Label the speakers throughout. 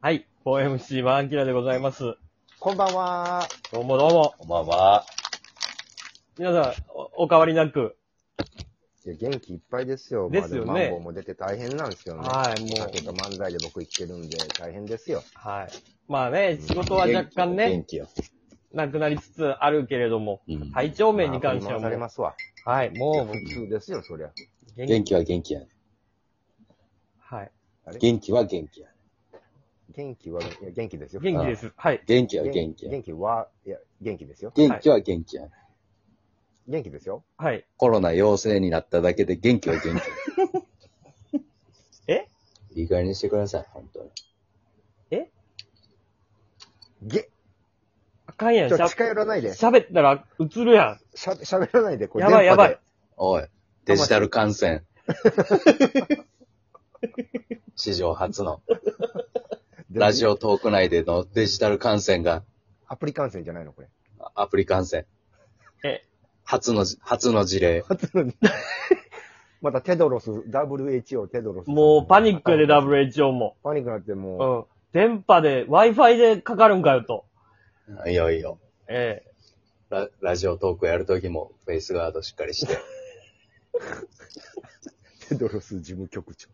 Speaker 1: はい。4MC マンキラでございます。
Speaker 2: こんばんは。
Speaker 1: どうもどうも。
Speaker 3: こんばんは。
Speaker 1: 皆さん、おお変わりなく。
Speaker 2: いや、元気いっぱいですよ。
Speaker 1: ですよね
Speaker 2: まあもマンボウも出て大変なんですけどね。
Speaker 1: はい、
Speaker 2: お
Speaker 1: もう
Speaker 2: 酒。と漫才で僕生きてるんで大変ですよ。
Speaker 1: はい。まあね、仕事は若干ね、
Speaker 3: 元気よ。
Speaker 1: なくなりつつあるけれども、
Speaker 3: うん
Speaker 1: 体調面に関しては
Speaker 2: まあ振
Speaker 1: もう、
Speaker 2: り回されますわ。
Speaker 1: はい、
Speaker 2: いや
Speaker 1: もう
Speaker 2: 普通ですよ、そりゃ。
Speaker 1: 元
Speaker 3: 元気は元気や。
Speaker 1: はい。
Speaker 3: 元気は元気や。
Speaker 2: 元気は、いや、元気ですよ。
Speaker 1: 元気です。はい。
Speaker 3: 元気
Speaker 2: 気
Speaker 3: は元気や。
Speaker 2: 元気は、いや、元気ですよ。
Speaker 3: 元気は元気や。
Speaker 2: 元気ですよ。
Speaker 1: はい。
Speaker 3: コロナ陽性になっただけで元気は元気や。
Speaker 1: え
Speaker 3: いい加減にしてください、本当に。
Speaker 2: げ、
Speaker 1: あかんやん、
Speaker 2: ちょ、
Speaker 1: しゃ
Speaker 2: 近寄らないで。しゃ、
Speaker 1: 喋ったら映るや
Speaker 2: しゃ喋らないで、こ
Speaker 1: やばい
Speaker 2: 電波で
Speaker 1: や
Speaker 3: おい、デジタル感染。史上初のラジ。
Speaker 2: で
Speaker 3: オトーク内でのデジタル感染が
Speaker 2: アプリ感染じゃないの、これ。
Speaker 3: アプリ感染。
Speaker 1: え
Speaker 3: 初の、初の事例。
Speaker 2: またテドロス、WHO テドロス。
Speaker 1: ん。もうパニックやで、
Speaker 2: ダブ
Speaker 1: WHO も。
Speaker 2: パニックになってもう、
Speaker 1: うん。電波で、Wi-Fi でかかるんかよと。
Speaker 3: いよいよ。
Speaker 1: ええ
Speaker 3: ララジオトークやるときもフェイスガードしっかりして。
Speaker 2: テドロス事務局長。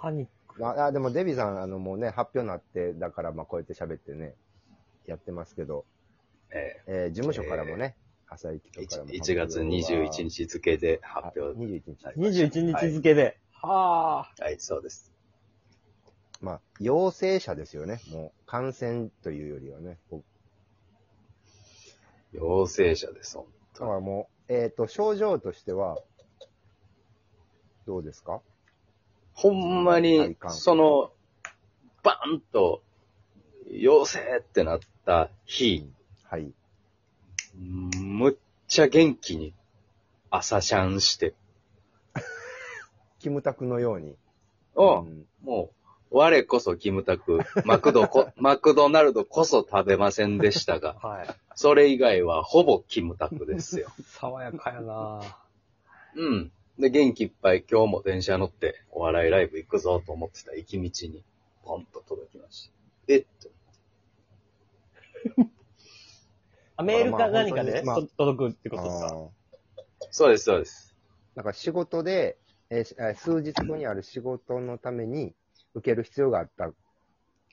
Speaker 1: パニック。
Speaker 2: ああでもデビさん、あのもうね、発表になって、だからまあこうやって喋ってね、やってますけど、
Speaker 3: え
Speaker 2: えー事務所からもね、朝一
Speaker 3: ー
Speaker 2: と
Speaker 3: いち
Speaker 2: かも。
Speaker 3: 1月21日付で発
Speaker 2: あ
Speaker 3: 表。
Speaker 2: 21日。
Speaker 3: はい
Speaker 1: 21日付で。はあ。
Speaker 3: はい、そうです。
Speaker 2: まあ、陽性者ですよね。もう、感染というよりはね。僕
Speaker 3: 陽性者です、ほん
Speaker 2: だからもう、えっ、と、症状としては、どうですか
Speaker 3: ほんま
Speaker 2: 体
Speaker 3: に、
Speaker 2: 感
Speaker 3: その、バーンと、陽性ってなった日、
Speaker 2: はい。
Speaker 3: むっちゃ元気に、朝シャンして、
Speaker 2: キムタクのように。
Speaker 3: お
Speaker 2: ん
Speaker 3: もう、我こそキム タク、マクドこ、マクドナルドこそ食べませんでしたが、
Speaker 1: はい。
Speaker 3: それ以外はほぼキムタクですよ。
Speaker 1: 爽やかやなぁ。
Speaker 3: うん。で、元気いっぱい今日も電車乗ってお笑いライブ行くぞと思ってた行き道に、ポンと届きました。えっと、
Speaker 1: あメールか
Speaker 2: まあ
Speaker 1: 何かで、
Speaker 2: まあ
Speaker 1: と届くってことです
Speaker 2: あ
Speaker 1: か
Speaker 2: ー
Speaker 3: そうです、そうです。
Speaker 2: なんか仕事で、えーしえー数日後にある仕事のために受ける必要があったっ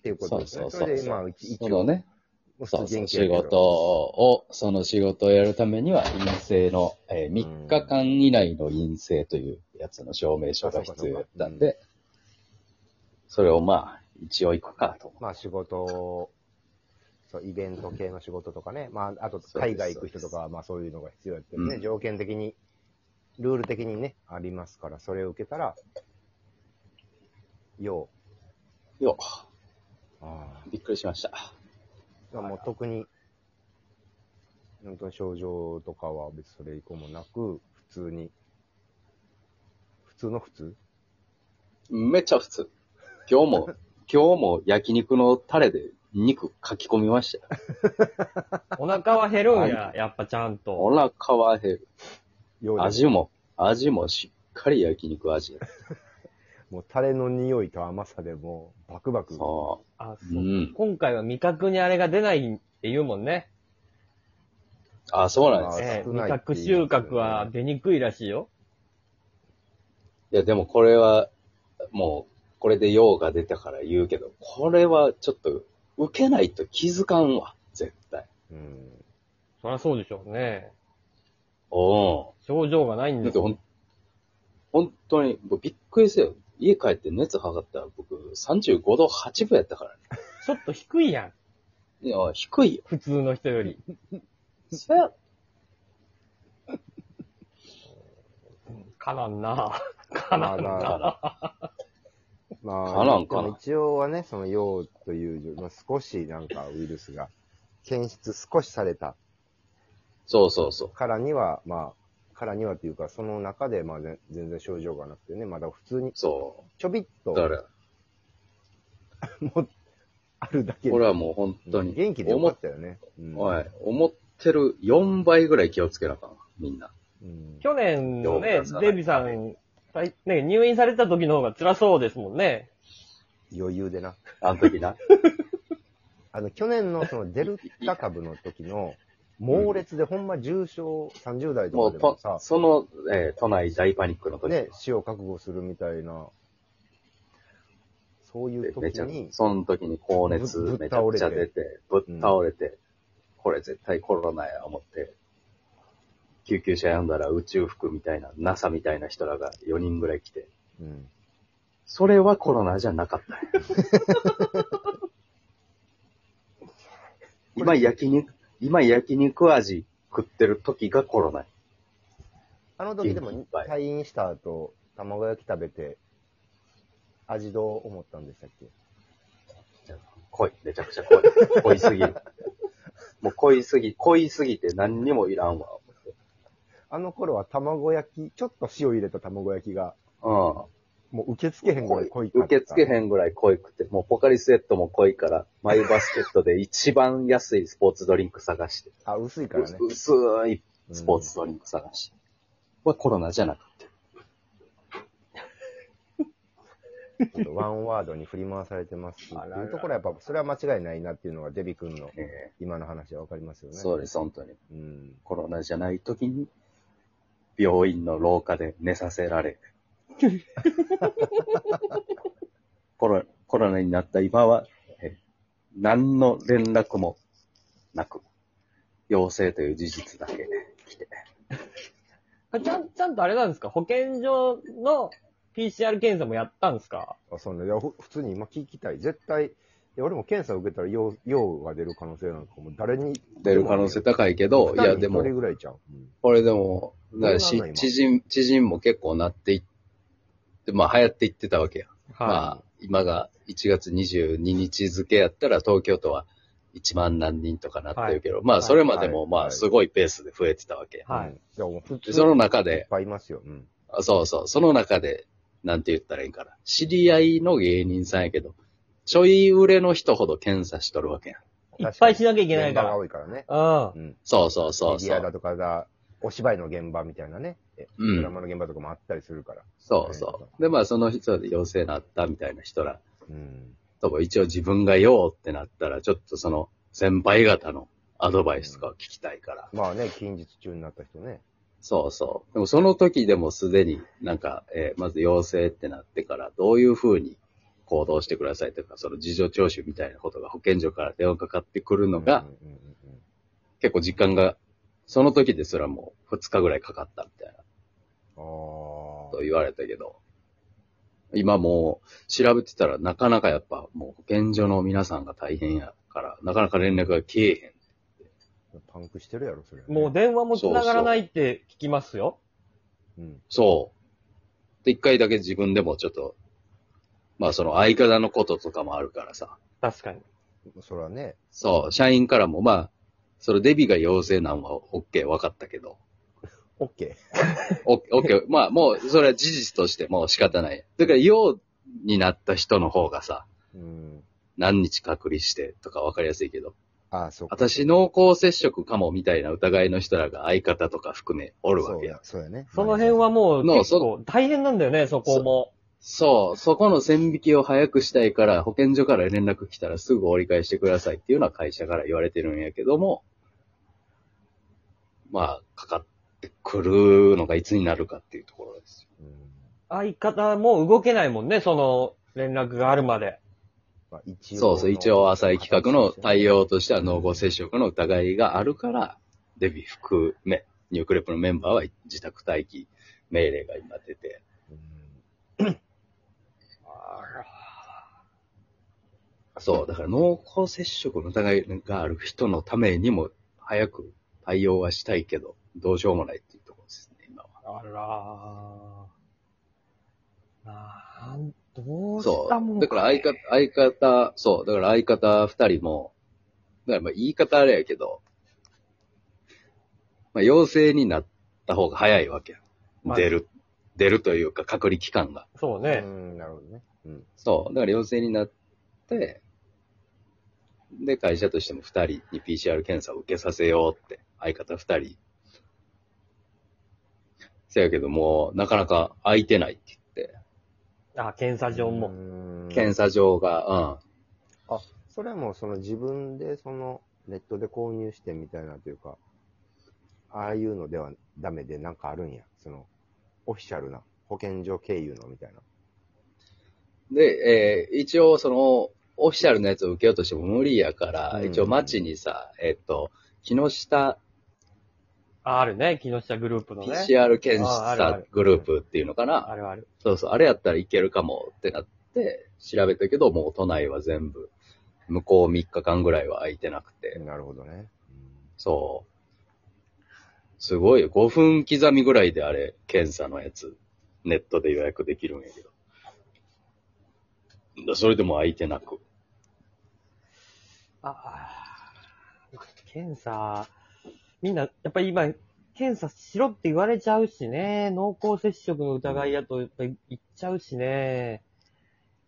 Speaker 2: ていうことですね。れで、まあ、一
Speaker 3: そ
Speaker 2: 一応、
Speaker 3: のね、
Speaker 2: もう
Speaker 3: そうそう仕
Speaker 2: やけ
Speaker 3: 事
Speaker 2: ど
Speaker 3: を、その仕事をやるためには陰性の、え3日間以内の陰性というやつの証明書が必要だったんで、それをまあ、一応行くかと思
Speaker 2: まあ、仕事を、そう、イベント系の仕事とかね。まあ、あと、海外行く人とかは、まあ、そういうのが必要だってね、
Speaker 3: うん
Speaker 2: 条件的に、ルール的にね、ありますから、それを受けたら、よ
Speaker 3: う。よ
Speaker 2: う。あ
Speaker 3: っ、びっくりしました。
Speaker 2: あ。もう特に、本当に症状とかは別にそれ以降もなく、普通に、普通の普通
Speaker 3: めっちゃ普通。今 日も、今日も焼肉のタレで肉かき込みましたよ。
Speaker 1: お腹は減るんや
Speaker 3: は、
Speaker 1: やっぱちゃんと。
Speaker 3: お腹は減る。
Speaker 2: ようです
Speaker 3: 味も、味もしっかり焼肉味。
Speaker 2: もうタレの匂いと甘さでもうバクバク。
Speaker 3: そ
Speaker 1: あ
Speaker 3: う。う。
Speaker 1: そうん今回は味覚にあれが出ないって言うもんね。
Speaker 3: あ、そうなんです。
Speaker 2: あ
Speaker 1: ええ
Speaker 2: 少ない
Speaker 1: 味
Speaker 2: って
Speaker 1: 覚収穫は出にくいらしいよ。
Speaker 3: いや、でもこれは、もう、これで用が出たから言うけど、これはちょっと、受けないと気づかんわ。絶対。
Speaker 2: うん。
Speaker 1: そりゃそうでしょうね。
Speaker 3: お
Speaker 1: 症状がないん
Speaker 3: うん。
Speaker 1: で
Speaker 3: だっ
Speaker 1: す
Speaker 3: てほん、本当に、もうびっくりせよ。家帰って熱測ったら僕、35度8分やったからね。
Speaker 1: ちょっと低いやん。
Speaker 3: いや、低いよ。
Speaker 1: 普通の人より。
Speaker 3: そや
Speaker 1: かなんなかなん
Speaker 2: まあ
Speaker 1: な
Speaker 2: まあ、
Speaker 3: かなんかな
Speaker 2: でも一応はね、その用という、まあ、少しなんかウイルスが検出少しされた
Speaker 3: そうそうそう。
Speaker 2: からには、まあ、からにはというか、その中で、まあ、ぜ全然症状がなくてね、まだ普通に
Speaker 3: そ
Speaker 2: ちょびっと
Speaker 3: う。だから、
Speaker 2: あるだけ
Speaker 3: これはもう本当に。
Speaker 2: 元気でよかったよね。うん
Speaker 3: 思っはい。思ってる4倍ぐらい気をつけなあかんわ。みんな。
Speaker 2: うん
Speaker 1: 去年のね
Speaker 3: よう、
Speaker 1: デビさん、ね、入院された時の方が辛そうですもんね。
Speaker 2: 余裕でな。
Speaker 3: あの時な。
Speaker 2: あの、去年のそのデルタ株の時の猛烈で、ほんま重症30代 とか
Speaker 3: もう
Speaker 2: で
Speaker 3: と
Speaker 2: もさ、、
Speaker 3: その、えー都内大パニックの時、
Speaker 2: ね、死を覚悟するみたいな、そういう
Speaker 3: めち
Speaker 2: 時
Speaker 3: ゃ
Speaker 2: に、
Speaker 3: その時に高熱
Speaker 2: ぶぶ
Speaker 3: め
Speaker 2: っ
Speaker 3: ちゃ
Speaker 2: 倒
Speaker 3: く
Speaker 2: れて
Speaker 3: ちゃ出て、ぶっ倒れて、これ絶対コロナや思って、救急車呼んだら宇宙服みたいな、NASA みたいな人らが4人ぐらい来て、
Speaker 2: うん。
Speaker 3: それはコロナじゃなかったんや 今焼肉、今焼肉味食ってる時がコロナや。
Speaker 2: あの時で
Speaker 3: 元気いっ
Speaker 2: も
Speaker 3: ぱい
Speaker 2: 退院した後、卵焼き食べて、味どう思ったんでしたっけ
Speaker 3: 濃い。めちゃくちゃ濃い。濃いすぎる。もう濃いすぎ、濃いすぎて何にもいらんわ。
Speaker 2: あの頃は卵焼き、ちょっと塩入れた卵焼きが、
Speaker 3: うん。
Speaker 2: もう受け付けへんぐらい濃いかった。
Speaker 3: 受け付けへんぐらい濃いくて、もうポカリスエットも濃いから、マイバスケットで一番安いスポーツドリンク探して、
Speaker 2: あ、薄いからね。
Speaker 3: う薄いスポーツドリンク探して。はコロナじゃなくて。
Speaker 2: ちょっとワンワードに振り回されてますし、
Speaker 1: あらら
Speaker 2: っていうところはやっぱ、それは間違いないなっていうのがデビ君の
Speaker 3: え
Speaker 2: 今の話はわかりますよ
Speaker 3: え
Speaker 2: ね。。
Speaker 3: そううです、本当に。
Speaker 2: うん。
Speaker 3: コロナじゃない時に、病院の廊下で寝させら れ。コロコロナになった今は、え何の連絡もなく、陽性という事実だけ来て。
Speaker 1: これちゃん、ちゃんとあれなんですか保健所の PCR 検査もやったんですか
Speaker 2: あ、そんな、いや、ふ普通に今聞きたい。絶対、いや、俺も検査受けたら陽、陽が出る可能性なんかもう誰に。
Speaker 3: 出る可能性高いけ
Speaker 2: ど
Speaker 3: ど、いやでも
Speaker 2: 一、人ぐらいちゃう。うん
Speaker 3: これでも、だから
Speaker 2: ど
Speaker 3: し
Speaker 2: うなんの今
Speaker 3: 知人、知人も結構なっていって、まあ流行っていってたわけや。
Speaker 1: は
Speaker 3: まあ、今が1月22日付やったら東京都は1万何人とかなってるけど、まあそれまでも
Speaker 2: はい
Speaker 3: ま
Speaker 2: は
Speaker 3: あ
Speaker 2: い
Speaker 3: すごいペースで増えてたわけや。
Speaker 1: い。は
Speaker 2: う
Speaker 1: い。
Speaker 2: んいや、もう普
Speaker 3: で
Speaker 2: 通
Speaker 3: その
Speaker 2: にい
Speaker 3: 中
Speaker 2: っ
Speaker 3: で、
Speaker 2: ぱいいますよ。うん。
Speaker 3: あそうそう、その中で、なんて言ったらいいんかな。知り合いの芸人さんやけど、ちょい売れの人ほど検査しとるわけや。
Speaker 1: いっぱいし
Speaker 2: な
Speaker 1: な
Speaker 2: き
Speaker 1: きゃいけないか
Speaker 2: が
Speaker 1: ら。
Speaker 2: 多いからね。
Speaker 1: う
Speaker 2: うん。
Speaker 3: そうそうそう
Speaker 2: メ
Speaker 3: そ
Speaker 2: ディアだ
Speaker 3: う。
Speaker 2: とかが、お芝居の現場みたいなね、え
Speaker 3: う
Speaker 2: ド
Speaker 3: ん
Speaker 2: ラ。マの現場とかもあったりするから。
Speaker 3: そうそう。で、まあ、その人で陽性になったみたいな人ら、
Speaker 2: うん。
Speaker 3: とか一応自分がようってなったら、ちょっとその先輩方のアドバイスとかを聞きたいから。
Speaker 2: まあね、近日中になった人ね。
Speaker 3: そうそう。でもその時でもすでになんか、えーまず陽性ってなってから、どういうふうに行動してくださいとか、その事情聴取みたいなことが保健所から電話かかってくるのが、
Speaker 2: うんうんうんうん
Speaker 3: 結構時間が、その時ですらもう2日ぐらいかかったみたいな
Speaker 2: あ
Speaker 3: と言われたけど、今もう調べてたらなかなかやっぱもう保健所の皆さんが大変やから、なかなか連絡が来えへん。
Speaker 2: あ。パンクしてるやろ、それ、
Speaker 1: ん。もう、電話も繋がらないって聞きますよ。
Speaker 2: うん。
Speaker 3: そう。で、一回だけ自分でもちょっと、まあその相方のこととかもあるからさ、
Speaker 1: 確かに。
Speaker 2: そらね。
Speaker 3: そう、社員からもまあ、それデビが陽性なんは OK 分かったけど、
Speaker 2: オッケ
Speaker 3: OK、OK まあもうそれは事実としてもう仕方ない。だから陽になった人の方がさ、
Speaker 2: ー。うん。
Speaker 3: 何日隔離してとか分かりやすいけど、
Speaker 2: ああ、そうか。
Speaker 3: 私濃厚接触かもみたいな疑いの人らが相方とか含めおるわ
Speaker 2: そう
Speaker 3: けや
Speaker 2: や。。そうやね。
Speaker 1: その辺はもう
Speaker 3: の
Speaker 1: 結構大変なんだよね、そこも。
Speaker 3: そう、そこの線引きを早くしたいから、保健所から連絡来たらすぐ折り返してくださいっていうのは会社から言われてるんやけども、まあ、かかってくるのがいつになるかっていうところですよ。
Speaker 2: うん。
Speaker 1: 相方も動けないもんね、その連絡があるまで。
Speaker 2: まあ、一応。
Speaker 3: そうそう、一応浅い企画の対。応としては濃厚接触の疑いがあるから、デビ含め、ニュークレップのメンバーは自宅待機命令が今出て、
Speaker 2: うん
Speaker 3: そう、だから濃厚接触の疑いがある人のためにも、早く対応はしたいけど、どうしようもないっていうところですね、今は。
Speaker 1: あらー。なん、どうし
Speaker 3: そ
Speaker 1: たもん
Speaker 3: う。だから相方、相方、そう、だから相方二人も、だからまあ言い方あれやけど、まあ陽性になった方が早いわけや。
Speaker 1: まあ
Speaker 3: 出る、出るというか隔離期間が。
Speaker 1: そう
Speaker 2: う
Speaker 1: ね。
Speaker 2: ん、なるほどね。うん。
Speaker 3: そう。だから陽性になって、で、会社としても2人に PCR 検査を受けさせようって、相方2人。せやけどもう、なかなか空いてないって言って、
Speaker 1: あ、検査場も。
Speaker 2: も
Speaker 3: 検査場が、
Speaker 2: あ、それはもうその自分でそのネットで購入してみたいなというか、ああいうのではダメでなんかあるんや。その、オフィシャルな、保健所経由のみたいな。
Speaker 3: うん。で、えー一応その、オフィシャルのやつを受けようとしても無理やから、
Speaker 2: うん
Speaker 3: 一応町にさ、えっと、木下
Speaker 1: あ、あるね。木下グループのね。
Speaker 3: PCR 検
Speaker 1: ああるあ
Speaker 3: 査
Speaker 1: る
Speaker 3: グループっていうのかな。
Speaker 1: あるある。
Speaker 3: そうそう、あれやったらいけるかもってなって、調べたけど、もう都内は全部、向こう3日間ぐらいは空いてなくて、
Speaker 2: なるほどね。
Speaker 3: そう。すごいよ。5分刻みぐらいであれ、検査のやつ、ネットで予約できるんやけど。だそれでも空いてなく。
Speaker 1: ああー。検査、みんな、やっぱり今、検査しろって言われちゃうしね。濃厚接触の疑いやと、やっぱり言っちゃうしね。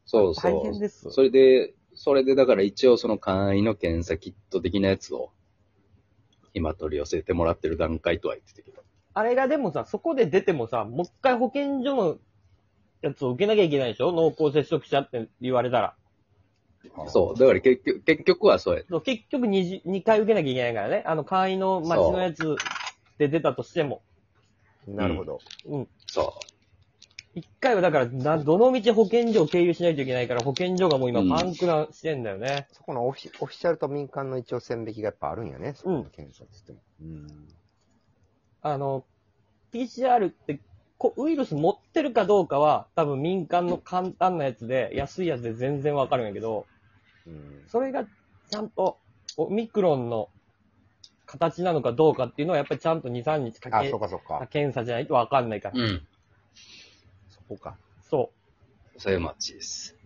Speaker 3: そうそう。
Speaker 1: 大変です
Speaker 3: それで、それでだから一応その簡易の検査キット的なやつを、今取り寄せてもらってる段階とは言ってたけど。
Speaker 1: あれがでもさ、そこで出てもさ、もう一回保健所のやつを受けなきゃいけないでしょ濃厚接触者って言われたら。
Speaker 3: そう。だから結局、結局はそうや
Speaker 1: そう結局 2, 2回受けなきゃいけないからね。あの、会員の町のやつで出たとしても。
Speaker 2: うん。なるほど。
Speaker 1: うん。
Speaker 3: そう。
Speaker 1: 1回はだから、などの道保健所を経由しないといけないから、保健所がもう今パンクなしてんだよね。
Speaker 2: そこのオフィオフィシャルと民間の一応線引きがやっぱあるんやね。そこの検査っつっても。うん。
Speaker 1: あの、PCR って、こウイルス持ってるかどうかは、多分民間の簡単なやつで、安いやつで全然わかるんやけど、
Speaker 2: うん。
Speaker 1: それがちゃんと、オミクロンの形なのかどうかっていうのは、やっぱりちゃんと2、3日か
Speaker 2: あ、
Speaker 1: け
Speaker 2: そう、かそうか。
Speaker 1: 検査じゃないとわかんないから。
Speaker 3: うん。
Speaker 2: そこか。
Speaker 1: そう。
Speaker 3: そういう街です。